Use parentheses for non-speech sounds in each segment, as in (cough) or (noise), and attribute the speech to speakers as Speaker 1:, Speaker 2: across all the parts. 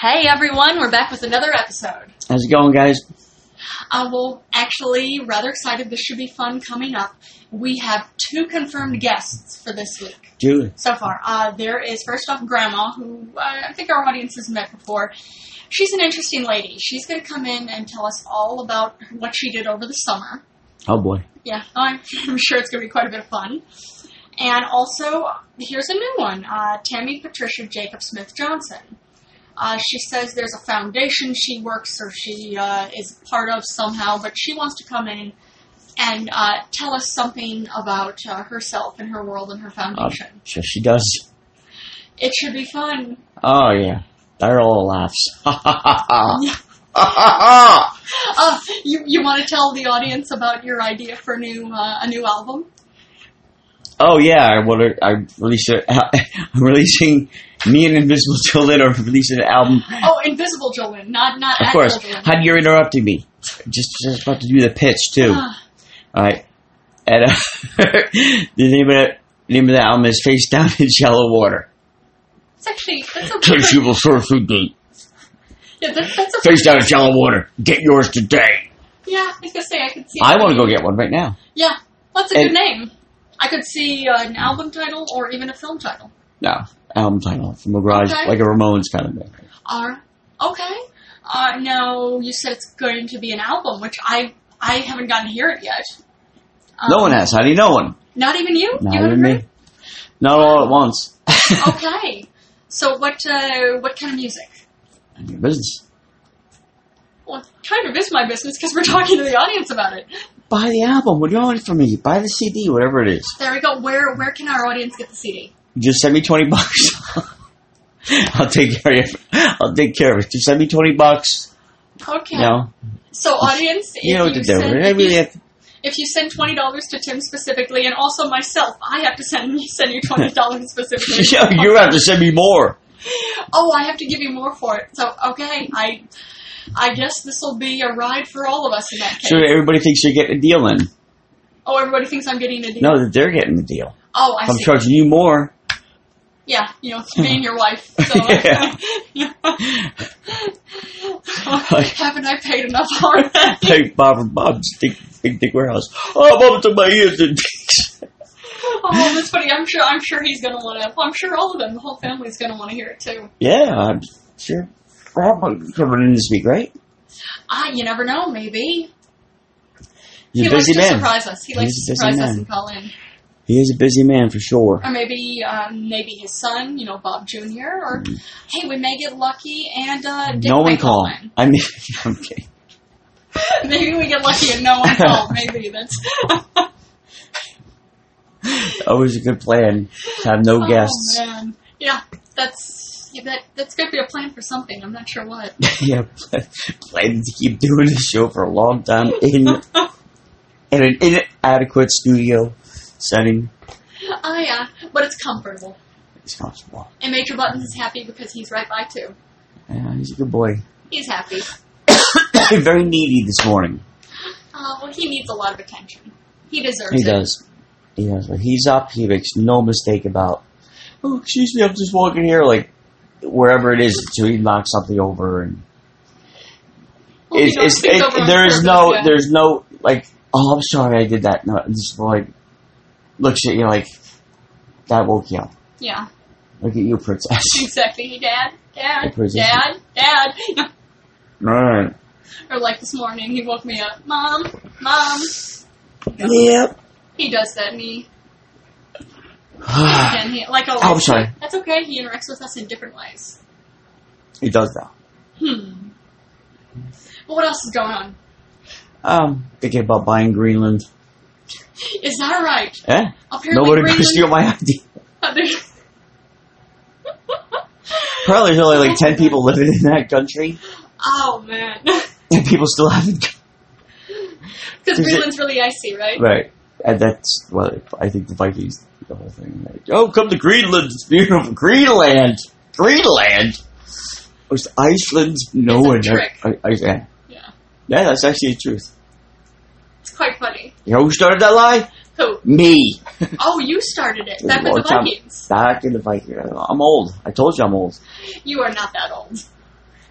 Speaker 1: Hey everyone, we're back with another episode.
Speaker 2: How's it going, guys?
Speaker 1: Uh, well, actually, rather excited. This should be fun coming up. We have two confirmed guests for this week
Speaker 2: Julie.
Speaker 1: so far. Uh, there is first off Grandma, who uh, I think our audience has met before. She's an interesting lady. She's going to come in and tell us all about what she did over the summer.
Speaker 2: Oh boy.
Speaker 1: Yeah, (laughs) I'm, I'm sure it's going to be quite a bit of fun. And also, here's a new one uh, Tammy Patricia Jacob Smith Johnson. Uh, she says there's a foundation she works or she uh, is part of somehow, but she wants to come in and uh, tell us something about uh, herself and her world and her foundation.
Speaker 2: Sure she does.
Speaker 1: It should be fun. (laughs)
Speaker 2: Oh yeah. They're all laughs. (laughs) Ha ha ha
Speaker 1: Yeah.
Speaker 2: ha. Ha ha ha.
Speaker 1: Uh, you you want to tell the audience about your idea for new uh, a new album?
Speaker 2: Oh yeah, I want I release a, (laughs) I'm releasing me and Invisible (laughs) Jolin are releasing an album.
Speaker 1: Oh, Invisible Jolene, not not
Speaker 2: Of
Speaker 1: actual
Speaker 2: course.
Speaker 1: Jolene.
Speaker 2: How do you're interrupting me? Just just about to do the pitch
Speaker 1: (gasps)
Speaker 2: too.
Speaker 1: Ah.
Speaker 2: All right. And uh, (laughs) the name of the name of the album is Face Down in Shallow Water.
Speaker 1: It's actually that's a
Speaker 2: Case you will surf through deep.
Speaker 1: yeah, that, that's a
Speaker 2: Face down in shallow water. Get yours today.
Speaker 1: yeah. I was gonna say I could see.
Speaker 2: I want to go get one right now.
Speaker 1: Yeah, that's a
Speaker 2: And-
Speaker 1: good name. I could see uh, an album title or even a film title.
Speaker 2: No, album title from a garage,
Speaker 1: Okay.
Speaker 2: like a Ramones kind of thing.
Speaker 1: Are okay. Uh, now you said it's going to be an album, which I I haven't gotten to hear it yet. Um,
Speaker 2: no one has. How do you know one?
Speaker 1: Not even you. Oh.
Speaker 2: Not
Speaker 1: you haven't
Speaker 2: even
Speaker 1: heard
Speaker 2: me. Not all at once.
Speaker 1: it? okay. So what uh, what kind of music?
Speaker 2: (laughs) None of your business.
Speaker 1: Well, it kind of is my business because we're talking to the audience about it.
Speaker 2: Buy the album. What do you want it from me? Buy the CD, whatever it is.
Speaker 1: There we go. Where where can our audience get the CD?
Speaker 2: Just send me twenty (laughs) bucks. I'll take care of it. I'll take care of it. Just send me twenty bucks.
Speaker 1: Okay.
Speaker 2: You know,
Speaker 1: So audience, if
Speaker 2: you know what to do.
Speaker 1: send-
Speaker 2: I
Speaker 1: if
Speaker 2: really
Speaker 1: you
Speaker 2: have to-
Speaker 1: if you send twenty dollars to Tim specifically, and also myself, I have to send (laughs) send you (laughs) twenty dollars
Speaker 2: (laughs)
Speaker 1: specifically.
Speaker 2: Yeah, you have to send me more.
Speaker 1: Oh, I have to give you more for it. So okay, I I guess this will be a ride for all of us in that case.
Speaker 2: So everybody thinks you're getting a deal in.
Speaker 1: Oh, everybody thinks I'm getting a deal.
Speaker 2: No, that they're getting the deal.
Speaker 1: oh, I
Speaker 2: I'm
Speaker 1: see.
Speaker 2: charging you more.
Speaker 1: Yeah, you
Speaker 2: (laughs)
Speaker 1: know, being your wife. So
Speaker 2: Yeah.
Speaker 1: (laughs) haven't I paid enough already? (laughs)
Speaker 2: Hey, Bob and Bob's big, big, big warehouse. Oh, Bob took my ears and
Speaker 1: oh, that's funny. I'm sure. I'm sure he's gonna want to. I'm sure all of them, the whole family's gonna want to hear it too.
Speaker 2: Yeah, I'm sure. Rob might be coming in this week, right?
Speaker 1: Ah, you never know. Maybe
Speaker 2: He's
Speaker 1: he
Speaker 2: a busy
Speaker 1: likes to
Speaker 2: man.
Speaker 1: surprise us. He likes
Speaker 2: He's
Speaker 1: to
Speaker 2: a busy
Speaker 1: surprise us
Speaker 2: man.
Speaker 1: and call in.
Speaker 2: He is a busy man for sure.
Speaker 1: or maybe um, maybe his son, you know, Bob Jr. Or hey, we may get lucky and uh, Dick
Speaker 2: Mm-hmm. no
Speaker 1: may
Speaker 2: one called.
Speaker 1: call in.
Speaker 2: I mean, (laughs) I'm kidding.
Speaker 1: (laughs) maybe we get lucky and no
Speaker 2: (laughs)
Speaker 1: one called. Maybe that's
Speaker 2: Always a good plan to have no guests.
Speaker 1: (laughs)
Speaker 2: (laughs)
Speaker 1: Oh man, yeah, that's yeah, that that's gonna be a plan for something. I'm not sure what.
Speaker 2: yeah, plan, plan to keep doing this show for a
Speaker 1: (laughs)
Speaker 2: long time in
Speaker 1: Oh,
Speaker 2: in an inadequate studio setting.
Speaker 1: Oh yeah, but it's comfortable.
Speaker 2: It's comfortable.
Speaker 1: And Major Buttons is happy because he's right by too.
Speaker 2: Yeah, he's a good boy. (coughs)
Speaker 1: He's happy.
Speaker 2: Very needy this morning.
Speaker 1: Uh, well, he needs a lot of attention. He deserves
Speaker 2: He
Speaker 1: it.
Speaker 2: does. He does. When he's up, he makes no mistake about, oh, excuse me, I'm just walking here, like, wherever it is, so he knocks something over. and
Speaker 1: Well, he
Speaker 2: it's,
Speaker 1: knows
Speaker 2: it's,
Speaker 1: things
Speaker 2: it-
Speaker 1: over on
Speaker 2: There is
Speaker 1: purpose,
Speaker 2: no,
Speaker 1: yeah.
Speaker 2: there's no, like, oh, I'm sorry I did that. No, it's just like, looks at you like, that woke you up.
Speaker 1: yeah,
Speaker 2: Look at
Speaker 1: (laughs)
Speaker 2: you, princess.
Speaker 1: exactly. Hey, Dad, Dad,
Speaker 2: It was-
Speaker 1: Dad, Dad. (laughs)
Speaker 2: right.
Speaker 1: Or like this morning, he woke me up, Mom, Mom. (sighs)
Speaker 2: Yep.
Speaker 1: He does that, and
Speaker 2: (sighs)
Speaker 1: he, and he like always.
Speaker 2: Oh, I'm sorry.
Speaker 1: That's okay. He interacts with us in different ways.
Speaker 2: he does that.
Speaker 1: Hmm. Well, what else is going on?
Speaker 2: Um, thinking about buying Greenland.
Speaker 1: Is that right?
Speaker 2: Eh?
Speaker 1: Apparently,
Speaker 2: Nobody could
Speaker 1: Greenland,
Speaker 2: (laughs)
Speaker 1: (laughs)
Speaker 2: steal my idea.
Speaker 1: there's- (laughs)
Speaker 2: Apparently, there's only like 10 people living in that country,
Speaker 1: oh man, (laughs)
Speaker 2: and people still haven't
Speaker 1: because
Speaker 2: it-
Speaker 1: Greenland's really icy, right?
Speaker 2: Right. And that's well, I think the Vikings did the whole thing. Like, oh, come to Greenland! It's beautiful, Greenland, Greenland. It was Iceland. No
Speaker 1: It's a
Speaker 2: one.
Speaker 1: trick.
Speaker 2: I, I, yeah.
Speaker 1: Yeah,
Speaker 2: yeah, that's actually the truth.
Speaker 1: it's quite funny.
Speaker 2: You know who started that lie?
Speaker 1: Who?
Speaker 2: Me.
Speaker 1: Oh, you started it.
Speaker 2: It was
Speaker 1: Back
Speaker 2: a
Speaker 1: with
Speaker 2: long
Speaker 1: the
Speaker 2: time.
Speaker 1: Vikings.
Speaker 2: Back in the Vikings. I'm old. I told you I'm old.
Speaker 1: You are not that old.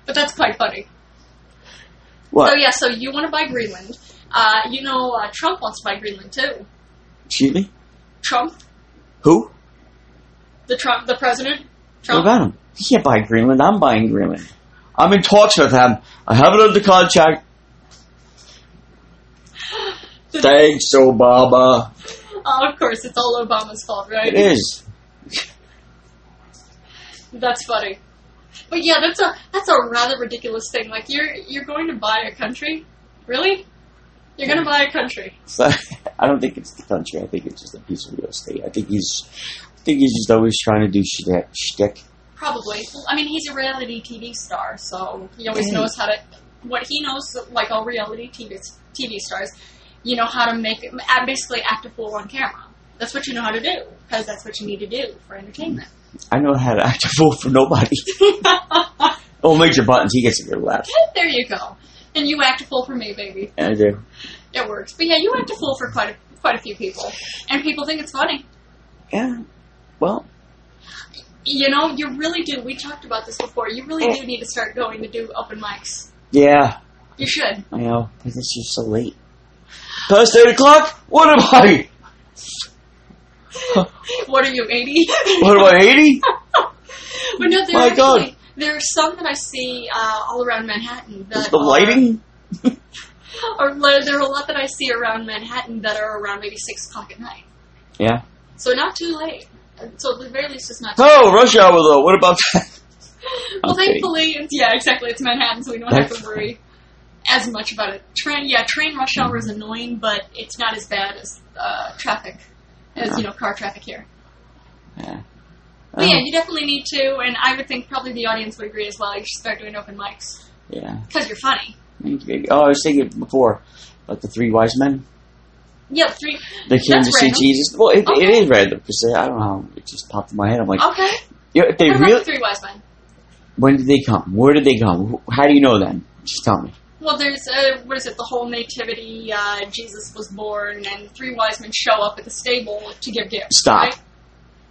Speaker 1: But that's quite funny.
Speaker 2: What?
Speaker 1: So Oh, yeah, so you want to buy Greenland. Uh, you know, uh, Trump wants to buy Greenland too.
Speaker 2: Excuse me?
Speaker 1: Trump,
Speaker 2: Who?
Speaker 1: the Trump, the president.
Speaker 2: What
Speaker 1: Trump.
Speaker 2: about him? He can't buy Greenland. I'm buying Greenland. I'm in talks with him. I have it under contract. Thanks, Obama.
Speaker 1: (laughs) Oh, of course, it's all Obama's fault, right?
Speaker 2: It is.
Speaker 1: That's funny. But yeah, that's a that's a rather ridiculous thing. Like you're you're going to buy a country, really? You're going to buy a country.
Speaker 2: So, (laughs) I don't think it's the country. I think it's just a piece of real estate. I think he's, I think he's just always trying to do shtick. shtick.
Speaker 1: Probably. Well, I mean, he's a reality TV star, so he always
Speaker 2: Mm.
Speaker 1: knows how to. What he knows, like all reality TV s- TV stars, you know how to make uh, basically act a fool on camera. That's what you know how to do because that's what you need to do for entertainment. (laughs)
Speaker 2: I know how to (laughs) act a fool for nobody. (laughs) Oh, Major Buttons, he gets a good laugh.
Speaker 1: there you go. And you act a fool for me, baby.
Speaker 2: I do.
Speaker 1: It works. But yeah, you act a fool for quite a, quite a few people, and people think it's funny.
Speaker 2: Yeah. Well,
Speaker 1: You know, you really do. We talked about this before. You really do need to start going to do open mics.
Speaker 2: yeah.
Speaker 1: You should.
Speaker 2: I know. But it's just so late. Past eight o'clock? What am I?
Speaker 1: What are you, 80? (laughs)
Speaker 2: What am I, 80?
Speaker 1: But no, there
Speaker 2: My
Speaker 1: actually,
Speaker 2: God.
Speaker 1: there are some that I see uh, all around Manhattan.
Speaker 2: Is
Speaker 1: That
Speaker 2: the
Speaker 1: are-
Speaker 2: lighting?
Speaker 1: Or li- there are a lot that I see around Manhattan that are around maybe six o'clock at night.
Speaker 2: Yeah.
Speaker 1: So not too late. Uh, So at the very least, it's not. Too
Speaker 2: Oh, rush hour though. What about that? (laughs)
Speaker 1: Well,
Speaker 2: okay.
Speaker 1: thankfully, it's, yeah, exactly. It's Manhattan, so we don't have
Speaker 2: That's-
Speaker 1: to worry as much about it. Train, yeah, train rush hour is annoying, but it's not as bad as uh, traffic, as you know, car traffic here.
Speaker 2: Yeah.
Speaker 1: But yeah,
Speaker 2: Oh,
Speaker 1: you definitely need to, and I would think probably the audience would agree as well. You should start doing open mics
Speaker 2: yeah.
Speaker 1: because you're funny.
Speaker 2: Thank you. Oh, I was thinking before about the three wise men.
Speaker 1: Yeah, three.
Speaker 2: They came
Speaker 1: That's
Speaker 2: to see
Speaker 1: random.
Speaker 2: Jesus. Well, it, it
Speaker 1: Okay. Oh,
Speaker 2: is random because I don't know. It just popped in my head. I'm like,
Speaker 1: Okay.
Speaker 2: you know, if they
Speaker 1: What about
Speaker 2: really,
Speaker 1: the three wise men?
Speaker 2: when did they come? Where did they come? Wh- How do you know them? Just tell me.
Speaker 1: Well, there's uh, what is it? The whole nativity, uh, Jesus was born, and the three wise men show up at the stable to give gifts.
Speaker 2: Stop.
Speaker 1: right?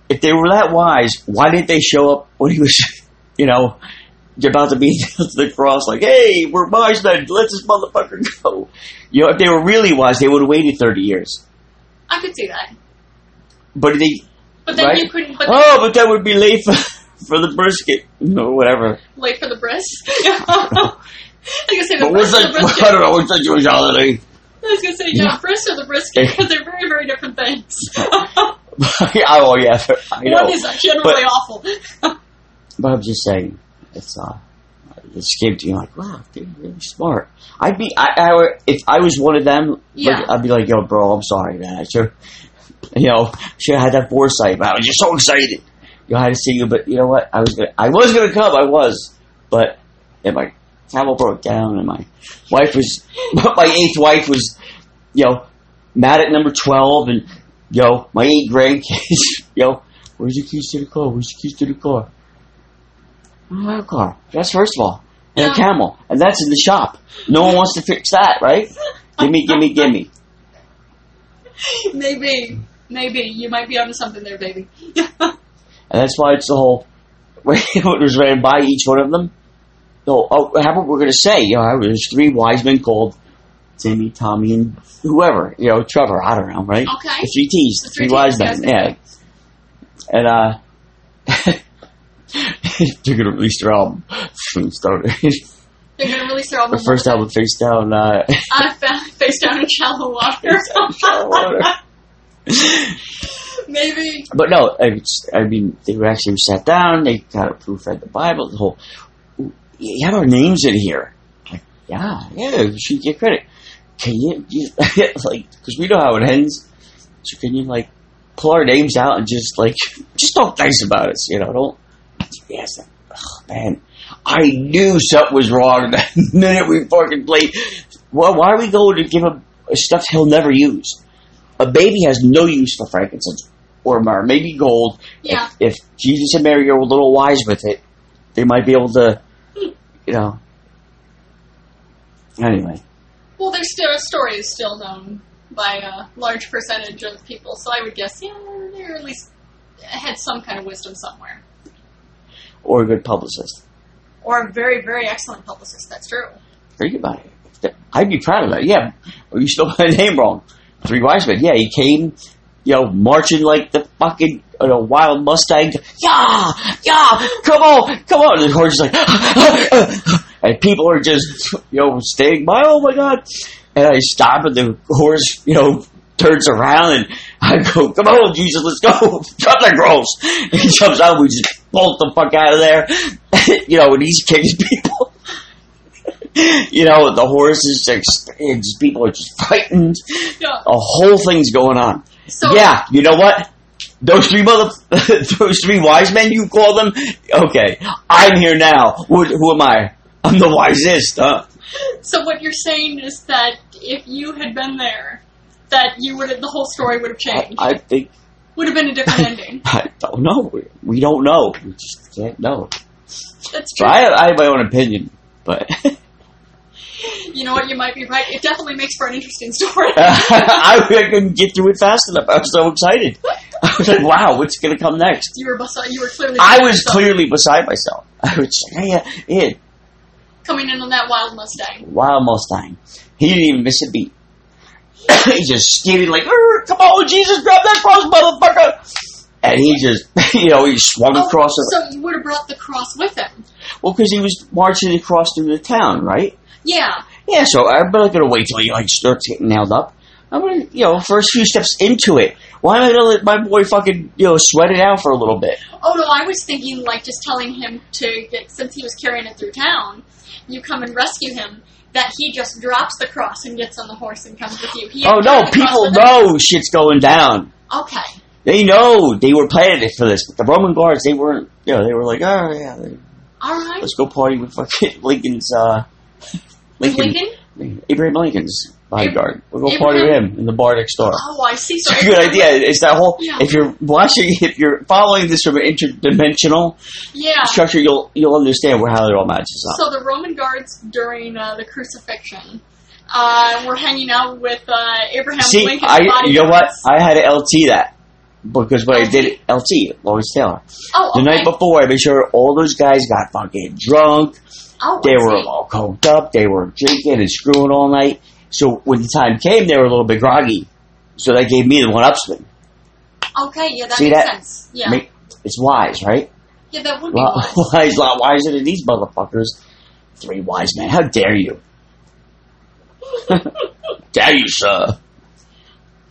Speaker 2: If they were that wise, why didn't they show up when he was, (laughs) you know, about to be (laughs) nailed to the cross? Like, hey, we're wise men. Let this motherfucker (laughs) go. You know, if they were really wise, they would have waited 30 years.
Speaker 1: I could see that,
Speaker 2: But they,
Speaker 1: but then
Speaker 2: Right.
Speaker 1: you couldn't. But
Speaker 2: oh, but that would be late for, (laughs) for the brisket or whatever.
Speaker 1: late for the bris. (laughs) I was gonna say the
Speaker 2: But what's
Speaker 1: bris or the
Speaker 2: that? (laughs)
Speaker 1: brisket.
Speaker 2: I don't know. What's that Jewish holiday? (laughs)
Speaker 1: I was gonna say yeah, bris or the brisket because they're very, very different
Speaker 2: (laughs)
Speaker 1: things.
Speaker 2: oh yeah, I know.
Speaker 1: One is generally
Speaker 2: But-
Speaker 1: awful. (laughs)
Speaker 2: But I'm just saying, it's uh, it escaped you. Like, wow, they're really smart. I'd be, I, I, were- if I was one of them, like,
Speaker 1: Yeah.
Speaker 2: I'd be like, yo, bro, I'm sorry, man. I should, (laughs) you know, should have had that foresight. Man. I was just so excited. You know, I had to see you, but you know what? I was gonna, I was gonna come. I was, but and my camel broke down, and my wife was, (laughs) my eighth wife was, you know, mad at number twelve, and yo, my eight grandkids, (laughs) yo, where's the keys to the car? Where's the keys to the car? My car. That's first of all. And
Speaker 1: Yeah.
Speaker 2: a camel. And that's in the shop. No one wants to fix that, right? Gimme, gimme, gimme.
Speaker 1: maybe, maybe you might be onto something there, baby. (laughs)
Speaker 2: And that's why it's the whole (laughs) when it was ran by each one of them. So, oh, how about we're gonna say, you know, there's three wise men called Timmy, Tommy, and whoever, you know, Trevor, I don't know, right?
Speaker 1: Okay.
Speaker 2: The three T's,
Speaker 1: The
Speaker 2: the
Speaker 1: three
Speaker 2: three,
Speaker 1: Ts,
Speaker 2: wise
Speaker 1: yes,
Speaker 2: men, yeah. And uh (laughs) they're gonna release their album (laughs) from started.
Speaker 1: They're gonna release their album.
Speaker 2: the first album face down uh
Speaker 1: I found face down in shallow (laughs) water.
Speaker 2: shallow water.
Speaker 1: Maybe.
Speaker 2: But no, I mean, s- I mean, they were actually sat down. They kind of proofread the Bible. The whole you have our names in here. Like, yeah, yeah, you should get credit. Can you, you (laughs) like because we know how it ends. So can you like pull our names out and just like (laughs) just talk nice about us? You know, don't. Yes, oh, man, I knew something was wrong (laughs) the minute we fucking played. Well, why are we going to give him stuff he'll never use? A baby has no use for frankincense or myrrh, maybe gold,
Speaker 1: Yeah.
Speaker 2: if Jesus and Mary are a little wise with it, they might be able to, you know. Anyway,
Speaker 1: Well, their st- story is still known by a large percentage of people, so I would guess, yeah, they at least had some kind of wisdom somewhere.
Speaker 2: or a good publicist.
Speaker 1: or a very, very excellent publicist. That's true.
Speaker 2: Think about it. I'd be proud of that. Yeah, you still got his (laughs) name wrong. Three wise men. Yeah, he came, you know, marching like the fucking you know, wild Mustang. Yeah, yeah, come on, come on. And the horse is like, (laughs) and people are just, you know, staying by. Oh my god! And I stop, and the horse, you know, turns around, and I go, "Come on, Jesus, let's go!" (laughs) Drop that gross. And he jumps out. We just bolt the fuck out of there. (laughs) you know, and he's kicking people. (laughs) you know, the horse is just, it's- people are just frightened.
Speaker 1: Yeah.
Speaker 2: The whole thing's going on.
Speaker 1: So
Speaker 2: Yeah, you know what? Those three mother, (laughs) those three wise men you call them. Okay, I'm here now. Who, who am I? I'm the wisest. Huh?
Speaker 1: So what you're saying is that if you had been there, that you would have, the whole story would have
Speaker 2: I,
Speaker 1: changed.
Speaker 2: I think
Speaker 1: would have been a
Speaker 2: (laughs)
Speaker 1: different ending.
Speaker 2: I don't know. We- We don't know. We just can't know.
Speaker 1: That's
Speaker 2: So
Speaker 1: true.
Speaker 2: I, I have my own opinion, but (laughs)
Speaker 1: You know what? You might be right. It definitely makes for an interesting story.
Speaker 2: (laughs) I, couldn't get through it fast enough. I was so excited. I was like, "Wow, what's going to come next?"
Speaker 1: you were bes- you were clearly
Speaker 2: I was clearly beside myself. (laughs) I was just like, "Yeah, yeah,
Speaker 1: coming in on that wild Mustang.
Speaker 2: Wild Mustang. He didn't even miss a beat. (coughs) he just skidded like, "Er, come on, Jesus, grab that cross, motherfucker! And he just, (laughs) you know, he swung across.
Speaker 1: Oh,
Speaker 2: the
Speaker 1: so you would have brought the cross with him.
Speaker 2: well, because he was marching across through the town, right?
Speaker 1: Yeah.
Speaker 2: Yeah, so I'm not going to wait till he like starts getting nailed up. I'm going to, you know, first few steps into it. Why am I going to let my boy fucking, you know, sweat it out for a little bit?
Speaker 1: Oh no, I was thinking like just telling him to get since he was carrying it through town, you come and rescue him. That he just drops the cross and gets on the horse and comes with you. He
Speaker 2: Oh
Speaker 1: had
Speaker 2: no,
Speaker 1: carried the cross
Speaker 2: people
Speaker 1: with him.
Speaker 2: know shit's going down.
Speaker 1: Okay.
Speaker 2: They know they were planning it for this, but the Roman guards they weren't. You know, they were like, oh yeah, they-
Speaker 1: All right.
Speaker 2: let's go party with fucking (laughs) Lincoln's uh, Lincoln,
Speaker 1: Lincoln?
Speaker 2: Abraham Lincoln's bodyguard. We'll go party with
Speaker 1: Abraham-
Speaker 2: him in the bar next door. (laughs)
Speaker 1: Oh, I see. So
Speaker 2: It's a good idea. It's that whole.
Speaker 1: Yeah.
Speaker 2: If you're watching, if you're following this from an interdimensional
Speaker 1: Yeah.
Speaker 2: structure, you'll you'll understand where how it all matches up.
Speaker 1: So the Roman guards during uh, the crucifixion uh, were hanging out with uh, Abraham
Speaker 2: See,
Speaker 1: Lincoln's
Speaker 2: I
Speaker 1: bodyguards.
Speaker 2: you know what? I had to LT that because what I did LT Lawrence Taylor
Speaker 1: oh, okay.
Speaker 2: the night before. I made sure all those guys got fucking drunk.
Speaker 1: Oh,
Speaker 2: They
Speaker 1: I
Speaker 2: were
Speaker 1: see.
Speaker 2: all coked up. They were drinking and screwing all night. So when the time came, they were a little bit groggy. So that gave me the one upswing.
Speaker 1: Okay, yeah, that
Speaker 2: See
Speaker 1: makes
Speaker 2: that?
Speaker 1: sense. Yeah.
Speaker 2: Make- It's wise, right? (laughs)
Speaker 1: yeah, that would be
Speaker 2: Lot,
Speaker 1: wise.
Speaker 2: (laughs) wise, lot wiser than these motherfuckers. Three wise men. How dare you? (laughs) dare you, sir?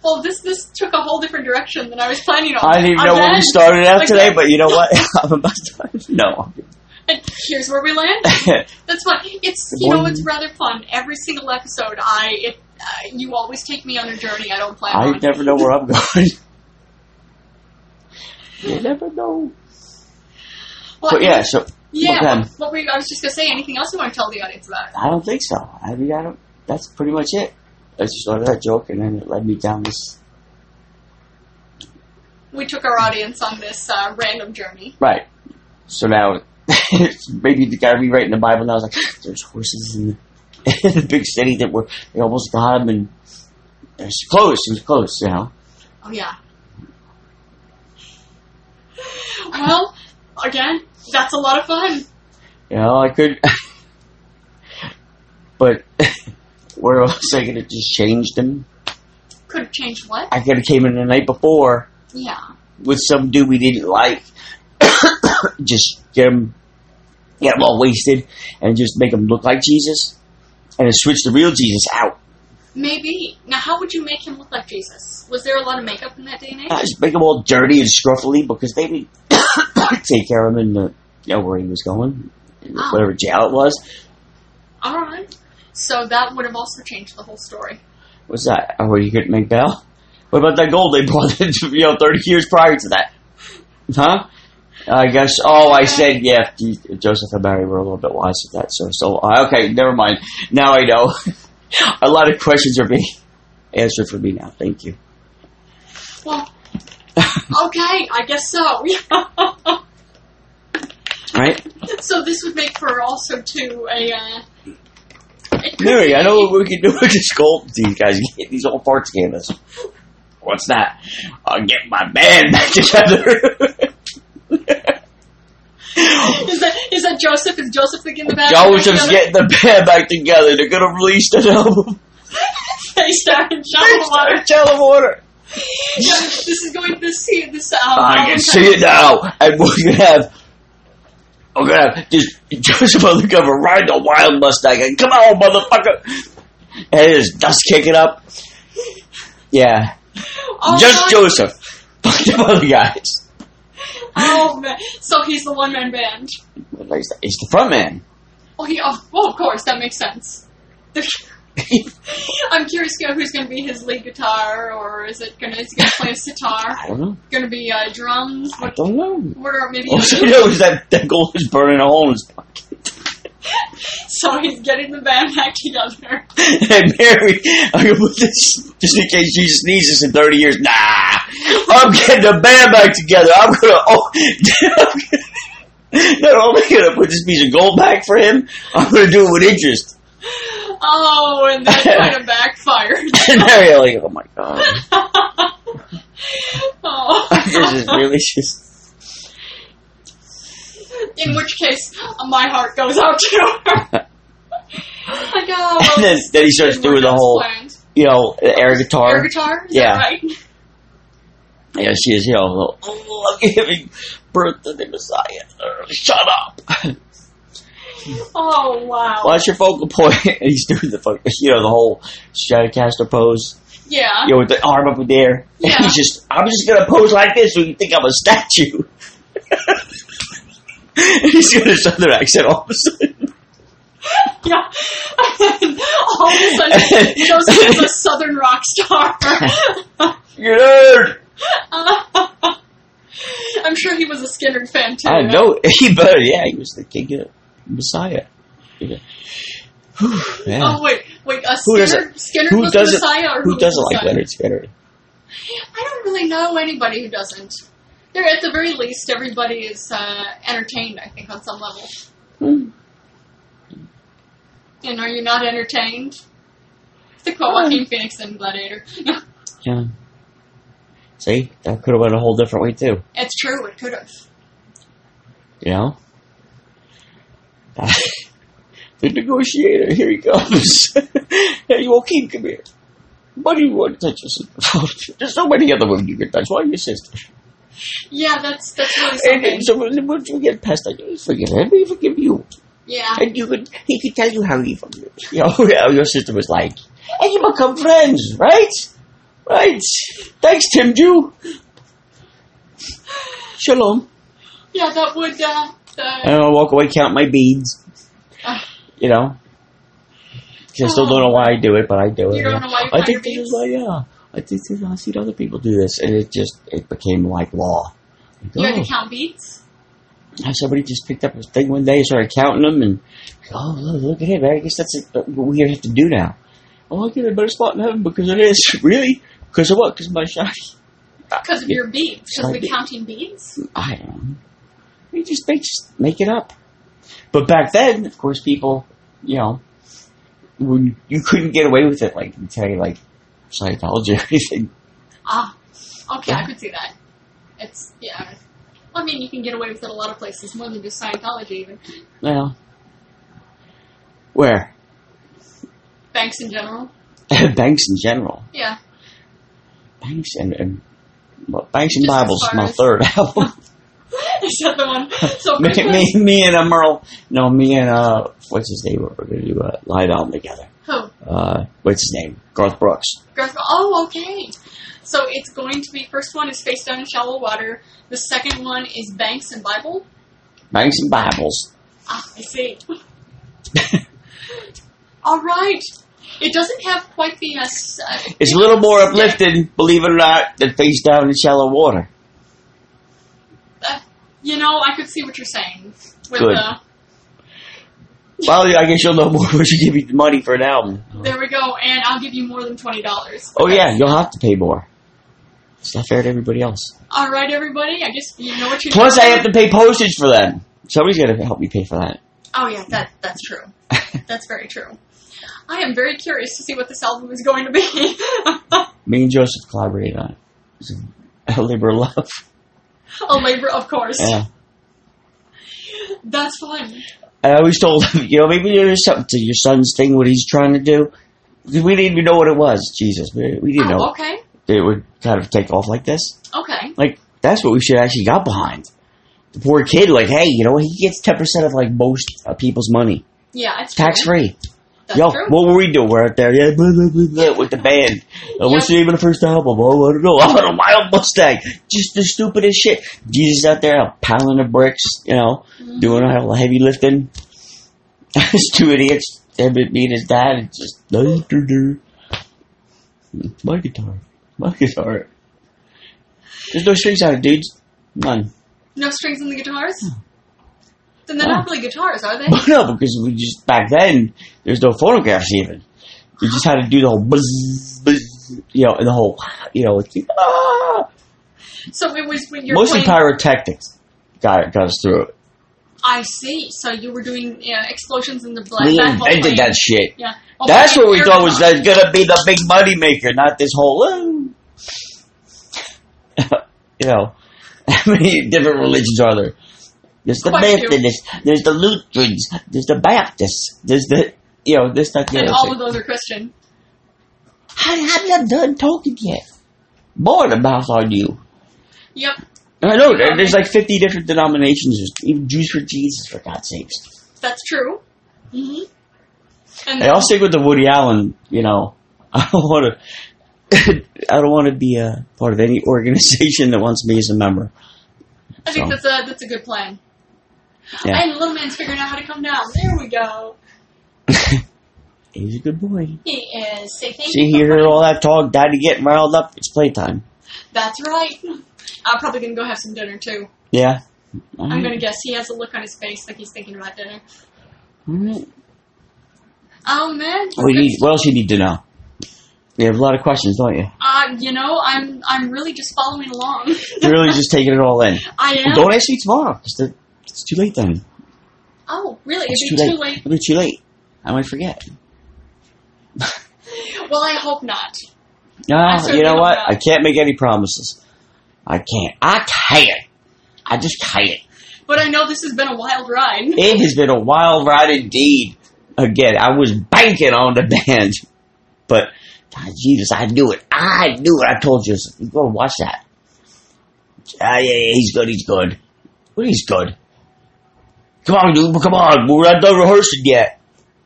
Speaker 1: Well, this this took a whole different direction than I was planning on.
Speaker 2: I didn't even know
Speaker 1: I'm
Speaker 2: what we
Speaker 1: glad-
Speaker 2: started out
Speaker 1: Again.
Speaker 2: today, but you know what? (laughs) I'm about to. No. (laughs)
Speaker 1: (laughs) Here's where we land. That's fun. It's you know it's rather fun. Every single episode, I it uh, you always take me on a journey I don't plan
Speaker 2: I
Speaker 1: on.
Speaker 2: never know where I'm (laughs) going. You never know.
Speaker 1: What-
Speaker 2: But yeah, so
Speaker 1: yeah.
Speaker 2: okay.
Speaker 1: What, what were you, I was just gonna say. Anything else you want to tell the audience about?
Speaker 2: I don't think so. I mean, I don't. That's pretty much it. I just started that joke, and then it led me down this.
Speaker 1: we took our audience on this uh, random journey.
Speaker 2: Right. So now, (laughs) maybe the guy rewriting the Bible now is like, (gasps) "There's horses in the, (laughs) in the big city that were they almost got him, and it's close, it's close, you know."
Speaker 1: Oh yeah. Well, again, that's a lot of fun.
Speaker 2: You know, I could, (laughs) but (laughs) where else I could have just changed him?
Speaker 1: Could have changed what?
Speaker 2: I could have came in the night before
Speaker 1: Yeah.
Speaker 2: with some dude we didn't like. (coughs) just get him, get him all wasted, and just make him look like Jesus, and then switch the real Jesus out.
Speaker 1: Maybe. Now, how would you make him look like Jesus? Was there a lot of makeup in that day and age?
Speaker 2: I just make him all dirty and scruffly because they didn't (coughs) take care of him in the you know where he was going, in
Speaker 1: Oh.
Speaker 2: whatever jail it was.
Speaker 1: All right. So that would have also changed the whole story.
Speaker 2: What's that? Oh, you couldn't make bail. (laughs) What about that gold they brought in, (laughs) you know, 30 years prior to that? Huh? I guess, oh, I said, yeah, Joseph and Mary were a little bit wise at that, so, so, uh, okay, never mind. Now I know. (laughs) a lot of questions are being (laughs) answered for me now. Thank you. (laughs)
Speaker 1: Well, okay, I guess so. (laughs)
Speaker 2: All right?
Speaker 1: so this would make for also to a. Uh, it could
Speaker 2: Mary, I know
Speaker 1: be-
Speaker 2: what we can do (laughs) with this gold. These guys, (laughs) get these old parts gave us. What's (laughs) that? I'll get my band back together.
Speaker 1: (laughs) is that is that Joseph? Is Joseph the getting the band? (laughs)
Speaker 2: Joseph's getting the band back together. They're gonna release an album.
Speaker 1: face down and shot in the water.
Speaker 2: Tell them order.
Speaker 1: Yeah, this is going to see this. Um,
Speaker 2: I can
Speaker 1: album
Speaker 2: see it now, and we're gonna have. We're gonna have this Joseph on the cover riding a wild Mustang, and come on, motherfucker! And his dust kicking up. Yeah,
Speaker 1: Oh,
Speaker 2: just
Speaker 1: my-
Speaker 2: Joseph. Fuck the other guys.
Speaker 1: Oh man! So he's the one man band.
Speaker 2: Like, It's the front man.
Speaker 1: Oh, he, oh, well, of course that makes sense. (laughs) I'm curious you know, who's going to be his lead guitar, or is it going to is he going to play a sitar?
Speaker 2: I don't know.
Speaker 1: Going to be uh, drums?
Speaker 2: I
Speaker 1: What,
Speaker 2: don't know.
Speaker 1: what are maybe? (laughs)
Speaker 2: All I know is that that gold is burning a hole in his pocket.
Speaker 1: so he's getting the band back together.
Speaker 2: (laughs) And Mary, I'm gonna put this just in case Jesus needs this in 30 years. Nah, I'm getting the band back together. I'm gonna. (laughs) Oh, I'm gonna- not only gonna put this piece of gold back for him, I'm gonna do it with interest. (laughs)
Speaker 1: Oh, and that kind of backfired.
Speaker 2: And Mary, like, oh my god,
Speaker 1: (laughs)
Speaker 2: (laughs)
Speaker 1: oh.
Speaker 2: this is (laughs) really just.
Speaker 1: In which case, uh, my heart goes out (laughs) to oh. her. I go.
Speaker 2: And then, then he starts doing the whole, you know, air
Speaker 1: air
Speaker 2: guitar.
Speaker 1: guitar. Is
Speaker 2: Yeah.
Speaker 1: That right. (laughs)
Speaker 2: Yeah, she is, you know, oh, I'm giving birth to the Messiah. Shut up. (laughs)
Speaker 1: Oh wow.
Speaker 2: Well, that's your focal point. (laughs) And he's doing the fuck, you know, the whole Stratocaster pose,
Speaker 1: Yeah.
Speaker 2: you know, with the arm up in the air. (laughs) And
Speaker 1: Yeah.
Speaker 2: he's just, I'm just gonna pose like this so you think I'm a statue. (laughs) he's got a southern accent all of a sudden.
Speaker 1: Yeah. (laughs) All of a sudden, Joseph
Speaker 2: (laughs)
Speaker 1: is a southern rock star. (laughs)
Speaker 2: You nerd!
Speaker 1: I'm sure he was a Skinner fan too.
Speaker 2: I know, (laughs) he better, yeah, he was the king of Messiah. Yeah. Whew, man.
Speaker 1: Oh wait, wait. Uh,
Speaker 2: Who does
Speaker 1: Skinner, Skinner
Speaker 2: who
Speaker 1: was
Speaker 2: doesn't-
Speaker 1: Messiah, or
Speaker 2: Who
Speaker 1: was
Speaker 2: doesn't like
Speaker 1: Messiah?
Speaker 2: Leonard Skinner?
Speaker 1: I don't really know anybody who doesn't. They're at the very least, everybody is uh, entertained. I think on some level.
Speaker 2: Hmm.
Speaker 1: And are you not entertained? To
Speaker 2: Uh.
Speaker 1: quote Joaquin Phoenix in Gladiator. (laughs)
Speaker 2: Yeah. See, that could have went a whole different way too.
Speaker 1: it's true. It could have.
Speaker 2: You know? (laughs) the negotiator, here he comes. (laughs) hey, Joaquin, come here. Why do you want to touch your sister? There's so many other women you could touch. Why your sister?
Speaker 1: Yeah, that's that's really
Speaker 2: And,
Speaker 1: something.
Speaker 2: and so when- once you get past that, you forgive him, he forgive you.
Speaker 1: Yeah.
Speaker 2: And you could, he could tell you how he fucked you. (laughs) You know, how your sister was like. And you become friends, right? Right. Thanks, Tim Jew. (sighs) Shalom.
Speaker 1: Yeah, that would. Uh,
Speaker 2: And
Speaker 1: the,
Speaker 2: I'll walk away, count my beads.
Speaker 1: Ah.
Speaker 2: You know? 'Cause I still don't know why I do it, but I do it.
Speaker 1: you don't know why you
Speaker 2: I
Speaker 1: count
Speaker 2: think
Speaker 1: your beads.
Speaker 2: this is like, yeah. I think this is, I see other people do this, and it just, it became like law. Like,
Speaker 1: You had
Speaker 2: oh.
Speaker 1: to count beats.
Speaker 2: And somebody just picked up a thing one day, started counting them, and oh, look, look at him. I guess that's what we have to do now. Oh, I get a better spot in heaven because of this. (laughs) really? Because of what? Because my shot.
Speaker 1: Because of your beads. Because
Speaker 2: I
Speaker 1: we're
Speaker 2: did.
Speaker 1: counting beads?
Speaker 2: I don't know. They just make just make it up. But back then, of course, people, you know, when you couldn't get away with it, like you tell you, like Scientology (laughs) or anything.
Speaker 1: Ah. Okay,
Speaker 2: Yeah.
Speaker 1: I could see that. It's, yeah. I mean, you can get away with it a lot of places, more than just Scientology, even.
Speaker 2: Well, where (laughs)
Speaker 1: Banks in general.
Speaker 2: banks in general,
Speaker 1: Yeah. (laughs)
Speaker 2: banks and, and well, banks and
Speaker 1: Just as
Speaker 2: Bibles is
Speaker 1: far
Speaker 2: my
Speaker 1: as- (laughs)
Speaker 2: third album. (laughs)
Speaker 1: Is that the one? So,
Speaker 2: me,
Speaker 1: Christmas?
Speaker 2: me, me and uh, Merle, no, me and uh, what's his name? We're gonna do a live album together.
Speaker 1: Who?
Speaker 2: Uh, what's his name? Garth Brooks.
Speaker 1: Girls go, Oh, okay. So it's going to be, first one is Face Down in Shallow Water. The second one is Banks and Bible.
Speaker 2: Banks and Bibles.
Speaker 1: Ah, I
Speaker 2: (laughs)
Speaker 1: see. All right. It doesn't have quite the. Uh, s- uh,
Speaker 2: It's a little more uplifting, believe it or not, than face down in shallow water.
Speaker 1: uh, you know, I could see what you're saying. With
Speaker 2: Good.
Speaker 1: The,
Speaker 2: Well, yeah, I guess you'll know (laughs) more when you give me the money for an album.
Speaker 1: there we go, and I'll give you more than twenty dollars.
Speaker 2: Oh yeah, you'll have to pay more. It's not fair to everybody else.
Speaker 1: All right, everybody. I guess you know what you.
Speaker 2: Plus, I have to pay postage for them. Somebody's gonna help me pay for that. (laughs)
Speaker 1: Oh yeah, that that's true. that's very true. I am very curious to see what this album is going to be. (laughs)
Speaker 2: Me and Joseph collaborated on it. (laughs) It's a labor of love.
Speaker 1: A labor, of course.
Speaker 2: Yeah.
Speaker 1: That's fun.
Speaker 2: I always told him, you know, maybe there's something to your son's thing, what he's trying to do. 'Cause We didn't even know what it was, Jesus. We, we didn't
Speaker 1: oh,
Speaker 2: know
Speaker 1: okay.
Speaker 2: it would kind of take off like this.
Speaker 1: Okay.
Speaker 2: Like, that's what we should actually got behind. The poor kid, like, hey, you know, he gets 10% of, like, most uh, people's money.
Speaker 1: Yeah, it's
Speaker 2: Tax
Speaker 1: true.
Speaker 2: free.
Speaker 1: That's
Speaker 2: Yo,
Speaker 1: true.
Speaker 2: what were we doing? We're out there, yeah, blah, blah, blah, blah, with
Speaker 1: (laughs)
Speaker 2: the band. Uh, What's the name of the first album? Oh, I don't know. (laughs) I'm on a wild Mustang. Just the stupidest shit. Jesus out there out pounding the bricks, you know,
Speaker 1: Mhm.
Speaker 2: doing all the heavy lifting. (laughs) It's two idiots, him and me and his dad, and just, do, do, do. my guitar. My guitar. There's no strings on it, dudes. None.
Speaker 1: No strings on the guitars?
Speaker 2: Hmm.
Speaker 1: Then they're
Speaker 2: Oh.
Speaker 1: not really guitars, are
Speaker 2: (laughs)
Speaker 1: they?
Speaker 2: no, because we just, back then, there's no phonographs even. We just had to do the whole buzz, buzz, you know, and the whole, you know, it's, ah!
Speaker 1: So it was when you're
Speaker 2: mostly
Speaker 1: playing.
Speaker 2: pyrotechnics got got us through it.
Speaker 1: I see. So you were doing uh, explosions in the black.
Speaker 2: we
Speaker 1: back while
Speaker 2: invented
Speaker 1: playing-
Speaker 2: that shit.
Speaker 1: Yeah. While
Speaker 2: That's
Speaker 1: playing
Speaker 2: what we
Speaker 1: your
Speaker 2: thought was
Speaker 1: guitar.
Speaker 2: that's gonna be the big money maker, not this whole "Ooh." (laughs) you know. (laughs) How many different religions are there? There's the
Speaker 1: Quite a few.
Speaker 2: Methodists, there's the Lutherans, there's the Baptists, there's the you know, this that the
Speaker 1: And
Speaker 2: other
Speaker 1: all
Speaker 2: thing.
Speaker 1: of those are Christian.
Speaker 2: How have you done talking yet? More the mouth on you.
Speaker 1: Yep.
Speaker 2: I know there- there's like fifty different denominations, There's even Jews for Jesus for God's sakes.
Speaker 1: That's true. hmm And
Speaker 2: Hey, I'll stick with the Woody Allen. You know, (laughs) I don't want to. (laughs) I don't want to be a part of any (laughs) organization that wants me as a member.
Speaker 1: I think
Speaker 2: so.
Speaker 1: that's a that's a good plan.
Speaker 2: Yeah.
Speaker 1: And little man's figuring out how to come down. There we go.
Speaker 2: He's a good boy.
Speaker 1: He is. Say thank
Speaker 2: See,
Speaker 1: you.
Speaker 2: he heard all that talk. Daddy getting riled up. It's playtime.
Speaker 1: That's right. (laughs) I'm probably gonna go have some dinner too.
Speaker 2: Yeah. Mm-hmm.
Speaker 1: I'm gonna guess he has a look on his face like he's thinking about dinner.
Speaker 2: Alright.
Speaker 1: Oh man.
Speaker 2: We need. What else you need to know? You have a lot of questions, don't you?
Speaker 1: Uh, you know, I'm I'm really just following along.
Speaker 2: You're really just taking it all in.
Speaker 1: (laughs)
Speaker 2: (laughs)
Speaker 1: I am.
Speaker 2: Well, don't ask me tomorrow. 'cause the- It's too late then.
Speaker 1: oh, really?
Speaker 2: It's
Speaker 1: It'd
Speaker 2: too
Speaker 1: be
Speaker 2: late.
Speaker 1: too late.
Speaker 2: It'll be too late. I might forget.
Speaker 1: Well, I hope not. certainly
Speaker 2: No, Ah, you know
Speaker 1: don't
Speaker 2: what?
Speaker 1: know.
Speaker 2: I can't make any promises. I can't. I can't. I just can't.
Speaker 1: But I know this has been a wild ride. (laughs)
Speaker 2: It has been a wild ride indeed. Again, I was banking on the band, but God, Jesus, I knew it. I knew it. I told you, you go watch that. Ah, yeah, yeah, he's good. He's good. What? He's good. Come on, dude. Come on. We're not done rehearsing yet.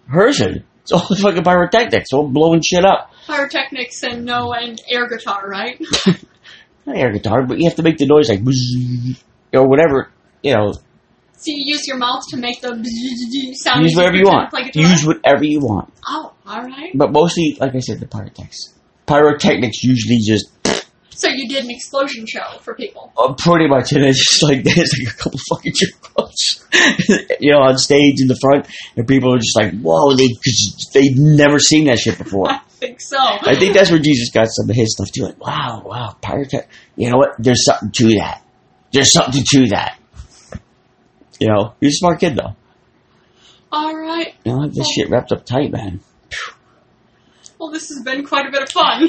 Speaker 2: Rehearsing. It's all (laughs) fucking pyrotechnics. All blowing shit up.
Speaker 1: Pyrotechnics and no and air guitar, right? (laughs)
Speaker 2: not air guitar, but you have to make the noise like bzzz, or whatever. You know,
Speaker 1: So you use your mouth to make the (laughs) sound.
Speaker 2: use
Speaker 1: as
Speaker 2: whatever you
Speaker 1: pretend to
Speaker 2: want.
Speaker 1: Play guitar.
Speaker 2: Use whatever you want.
Speaker 1: oh, all right.
Speaker 2: But mostly, like I said, the pyrotechnics. Pyrotechnics usually just
Speaker 1: So you did an explosion show for people. (laughs)
Speaker 2: uh, pretty much, and it's just like (laughs) there's like a couple fucking jerks, (laughs) you know, on stage in the front, and people are just like, "Whoa!" They 'cause they've never seen that shit before.
Speaker 1: I think so.
Speaker 2: I think that's where Jesus got some of his stuff too. Like, wow, wow, pyrotech. You know what? There's something to that. There's something to that. You know, he's a smart kid though.
Speaker 1: all right.
Speaker 2: You know, have this shit wrapped up tight, man.
Speaker 1: Well, this has been quite a bit of fun. (laughs)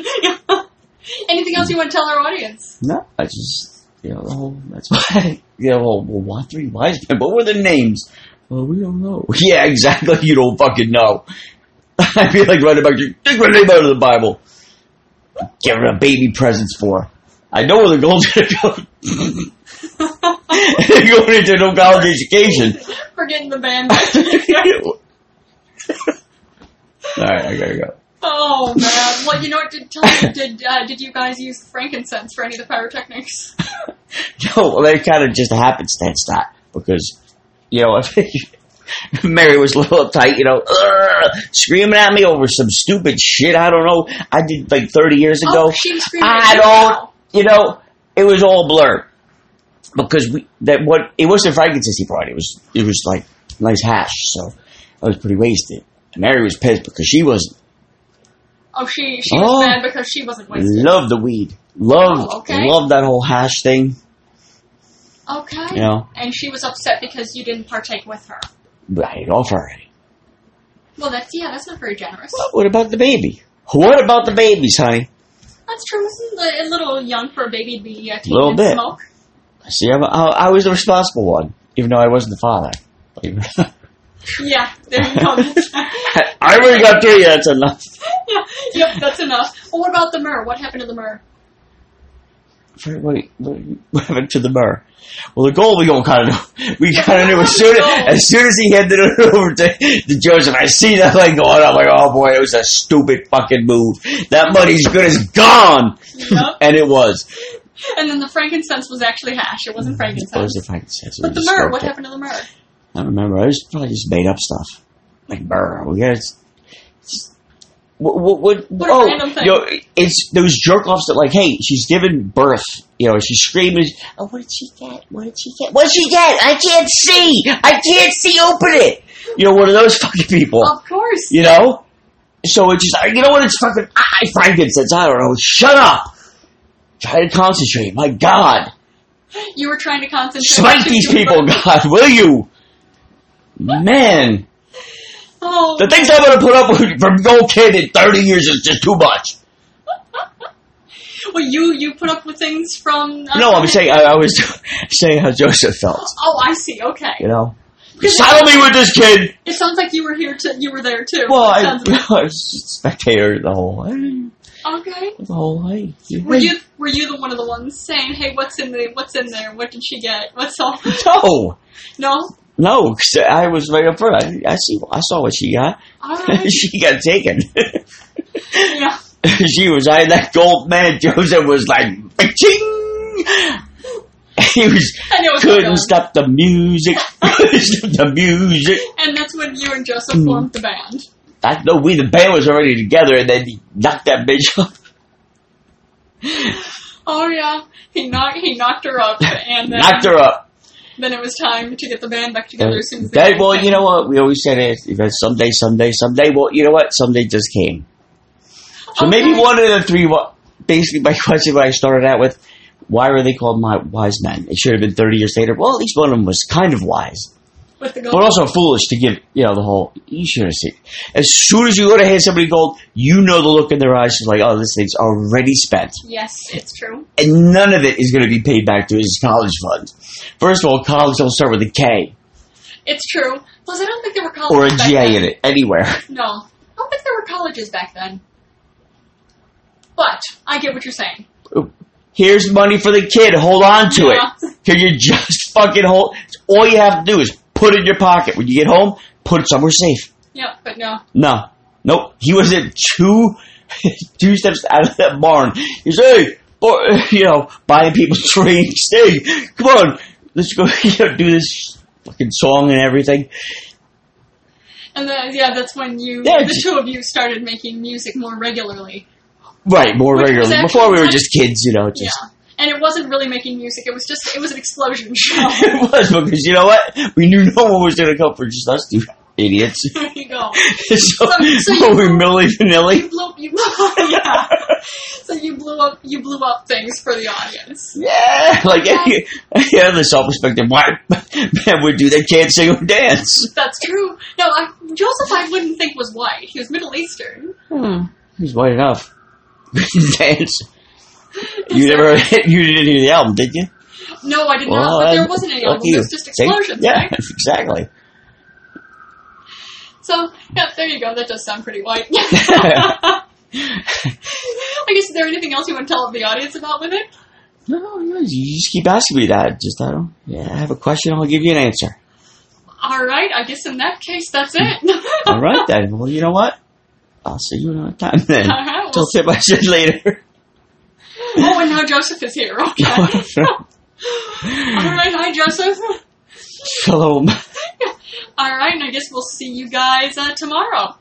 Speaker 1: Anything else you want to tell our audience?
Speaker 2: No, I just, you know, the whole, that's (laughs) why, you know, well, well, why three wise men? (laughs) What were the names? Well, we don't know. (laughs) Yeah, exactly. You don't fucking know. (laughs) I feel like running back to, take my name out of the Bible. Give her a baby presents for. her. I know where they're going to go. (laughs) they're going into no college education. (laughs)
Speaker 1: We're getting the band.
Speaker 2: Alright, I gotta go.
Speaker 1: oh man. Well, you know what? Did tell me, did uh, did you guys use frankincense for any of the pyrotechnics?
Speaker 2: (laughs) No, Oh, well, that kind of just a happenstance that because you know (laughs) if Mary was a little uptight, you know, "Ugh," screaming at me over some stupid shit. I don't know. I did like thirty years ago.
Speaker 1: Oh, she was screaming.
Speaker 2: I
Speaker 1: at you.
Speaker 2: don't. You know, it was all blur because we that what it wasn't frankincense he brought. It was it was like nice hash. So I was pretty wasted. And Mary was pissed because she was
Speaker 1: Oh, she she was
Speaker 2: Oh.
Speaker 1: mad because she wasn't wasted.
Speaker 2: loved the weed, loved
Speaker 1: Oh, okay.
Speaker 2: loved that whole hash thing.
Speaker 1: Okay.
Speaker 2: You know,
Speaker 1: And she was upset because you didn't partake with her.
Speaker 2: but I ate off already.
Speaker 1: Well, that's yeah, that's not very generous.
Speaker 2: What, what about the baby? What about the babies, honey?
Speaker 1: That's true. Isn't the- a little young for a baby to be uh, taking
Speaker 2: Little
Speaker 1: in
Speaker 2: bit.
Speaker 1: smoke?
Speaker 2: See, I'm, I, I was the responsible one, even though I wasn't the father. Like,
Speaker 1: Yeah, there you go.
Speaker 2: (laughs)
Speaker 1: (laughs)
Speaker 2: I already got three. That's enough.
Speaker 1: yeah, yep, that's enough. Well, what about the myrrh? What happened to the myrrh?
Speaker 2: Wait, what, what happened to the myrrh? Well, the goal we all kind of know. (laughs) We kind of knew as soon as soon as he handed it over to, to Joseph. I see that thing going. I'm like, oh boy, it was a stupid fucking move. That money's good as gone,
Speaker 1: Yep.
Speaker 2: and it was.
Speaker 1: and then the frankincense was actually hash. It wasn't frankincense.
Speaker 2: What was the fucking sense? We
Speaker 1: but the
Speaker 2: Mm-hmm. just
Speaker 1: myrrh,
Speaker 2: worked
Speaker 1: what
Speaker 2: it.
Speaker 1: happened to the myrrh?
Speaker 2: I don't remember. I was probably just made up stuff. Like, brr, we got what, what, what,
Speaker 1: What a
Speaker 2: oh,
Speaker 1: random thing.
Speaker 2: you know, it's those jerk offs that like, hey, she's given birth, you know, she's screaming, oh, what did she get? What did she get? What did she get? I can't see! I can't see, open it! You know, one of those (laughs) fucking people,
Speaker 1: Of course.
Speaker 2: you know? So it's just, you know what, it's fucking, I, frankincense, I don't know, shut up! Try to concentrate, my god!
Speaker 1: You were trying to concentrate.
Speaker 2: Smite these people, (laughs) God, will you? Man,
Speaker 1: Oh,
Speaker 2: the things I'm gonna put up with from no kid in 30 years is just too much.
Speaker 1: well, you you put up with things from. uh,
Speaker 2: No, I'm saying, I, I was (laughs) saying how Joseph felt,
Speaker 1: Oh, I see. Okay.
Speaker 2: you know? Saddle me with this kid!
Speaker 1: It sounds like you were here. To, you were there too.
Speaker 2: Well, I, (laughs) I
Speaker 1: Sounds-
Speaker 2: was just a spectator the whole way.
Speaker 1: okay.
Speaker 2: The whole way.
Speaker 1: Were you were you the one of the ones saying, "Hey, what's in the what's in there? What did she get? What's all?" (laughs)
Speaker 2: No!
Speaker 1: No.
Speaker 2: No, 'cause I was right up front. I, I see. I saw what she got. (laughs)
Speaker 1: All right.
Speaker 2: she got taken. (laughs)
Speaker 1: yeah.
Speaker 2: she was eyeing that gold man. Joseph was like, "Ching!" (laughs) He was
Speaker 1: I know. it's
Speaker 2: couldn't
Speaker 1: done.
Speaker 2: stop the music. (laughs) Couldn't stop the music.
Speaker 1: And that's when you and Joseph
Speaker 2: Mm.
Speaker 1: formed the band.
Speaker 2: I know we the band was already together, and then he knocked that bitch (laughs) up.
Speaker 1: Oh yeah, he knocked he knocked her up, and then
Speaker 2: knocked her up.
Speaker 1: then it was time to get the band back together as soon as
Speaker 2: That- well, you know what? We always said it. you know, Someday, someday, someday. Well, you know what? Someday just came. So maybe
Speaker 1: Okay.
Speaker 2: one of the three. wa- Basically, my (laughs) question when I started out with, why were they called my wise men? It should have been thirty years later. Well, at least one of them was kind of wise.
Speaker 1: with the
Speaker 2: but
Speaker 1: gold.
Speaker 2: also foolish to give you know the whole you should have seen as soon as you go to hand somebody gold you know the look in their eyes is like oh this thing's already spent
Speaker 1: Yes, it's true.
Speaker 2: and none of it is going to be paid back to his college fund first of all college don't start with a k
Speaker 1: It's true. Plus, I don't think there were colleges
Speaker 2: or a
Speaker 1: back
Speaker 2: j
Speaker 1: then.
Speaker 2: in it anywhere
Speaker 1: No, I don't think there were colleges back then. But I get what you're saying.
Speaker 2: here's money for the kid hold on to it
Speaker 1: Yeah.
Speaker 2: can you just fucking hold all you have to do is put it in your pocket when you get home put it somewhere safe
Speaker 1: Yeah, but no.
Speaker 2: No. Nope. He was at two (laughs) two steps out of that barn. He's hey, boy, (laughs) you know, buying people (laughs) drinks. Hey, come on, let's go (laughs) you know, do this fucking song and everything.
Speaker 1: And then yeah, that's when you
Speaker 2: Yeah,
Speaker 1: the
Speaker 2: it's-
Speaker 1: two of you started making music more regularly.
Speaker 2: Right, more
Speaker 1: Which was
Speaker 2: regularly.
Speaker 1: actually
Speaker 2: Before we were
Speaker 1: fun.
Speaker 2: just kids, you know, just
Speaker 1: yeah. And it wasn't really making music. It was just it was an explosion show.
Speaker 2: (laughs) it was because you know what? We knew no one was gonna come for just us two idiots. (laughs)
Speaker 1: there you go.
Speaker 2: so,
Speaker 1: so you-
Speaker 2: (laughs) we milly vanilly.
Speaker 1: You blew, you
Speaker 2: (laughs)
Speaker 1: blew, yeah. So you blew up, you blew up things for the audience.
Speaker 2: Yeah, like (laughs) any, any other self-respecting white (laughs) man would do. They can't sing or dance.
Speaker 1: That's true. No, I, Joseph, I wouldn't think was white. He was Middle Eastern.
Speaker 2: He's white enough. (laughs) Dance. You never (laughs) you didn't hear the album, did you?
Speaker 1: No, I did
Speaker 2: Well,
Speaker 1: not. But there
Speaker 2: I'm-
Speaker 1: wasn't any album.
Speaker 2: lucky
Speaker 1: It was just
Speaker 2: See?
Speaker 1: explosions,
Speaker 2: Yeah,
Speaker 1: right?
Speaker 2: (laughs) exactly.
Speaker 1: So yeah, there you go. That does sound pretty
Speaker 2: (laughs)
Speaker 1: white. (laughs) I guess is there anything else you want to tell the audience about with it?
Speaker 2: No, no, you just keep asking me that. Just I don't. Yeah, I have a question. I'll give you an answer.
Speaker 1: All right, I guess in that case, that's it.
Speaker 2: (laughs) All right then. Well, you know what? I'll see you another time
Speaker 1: (laughs)
Speaker 2: then.
Speaker 1: All right.
Speaker 2: Till
Speaker 1: Well,
Speaker 2: tip I said later. (laughs)
Speaker 1: oh, and now Joseph is here. Okay. (laughs) All right. Hi, Joseph.
Speaker 2: Shalom.
Speaker 1: All right, and I guess we'll see you guys uh, tomorrow.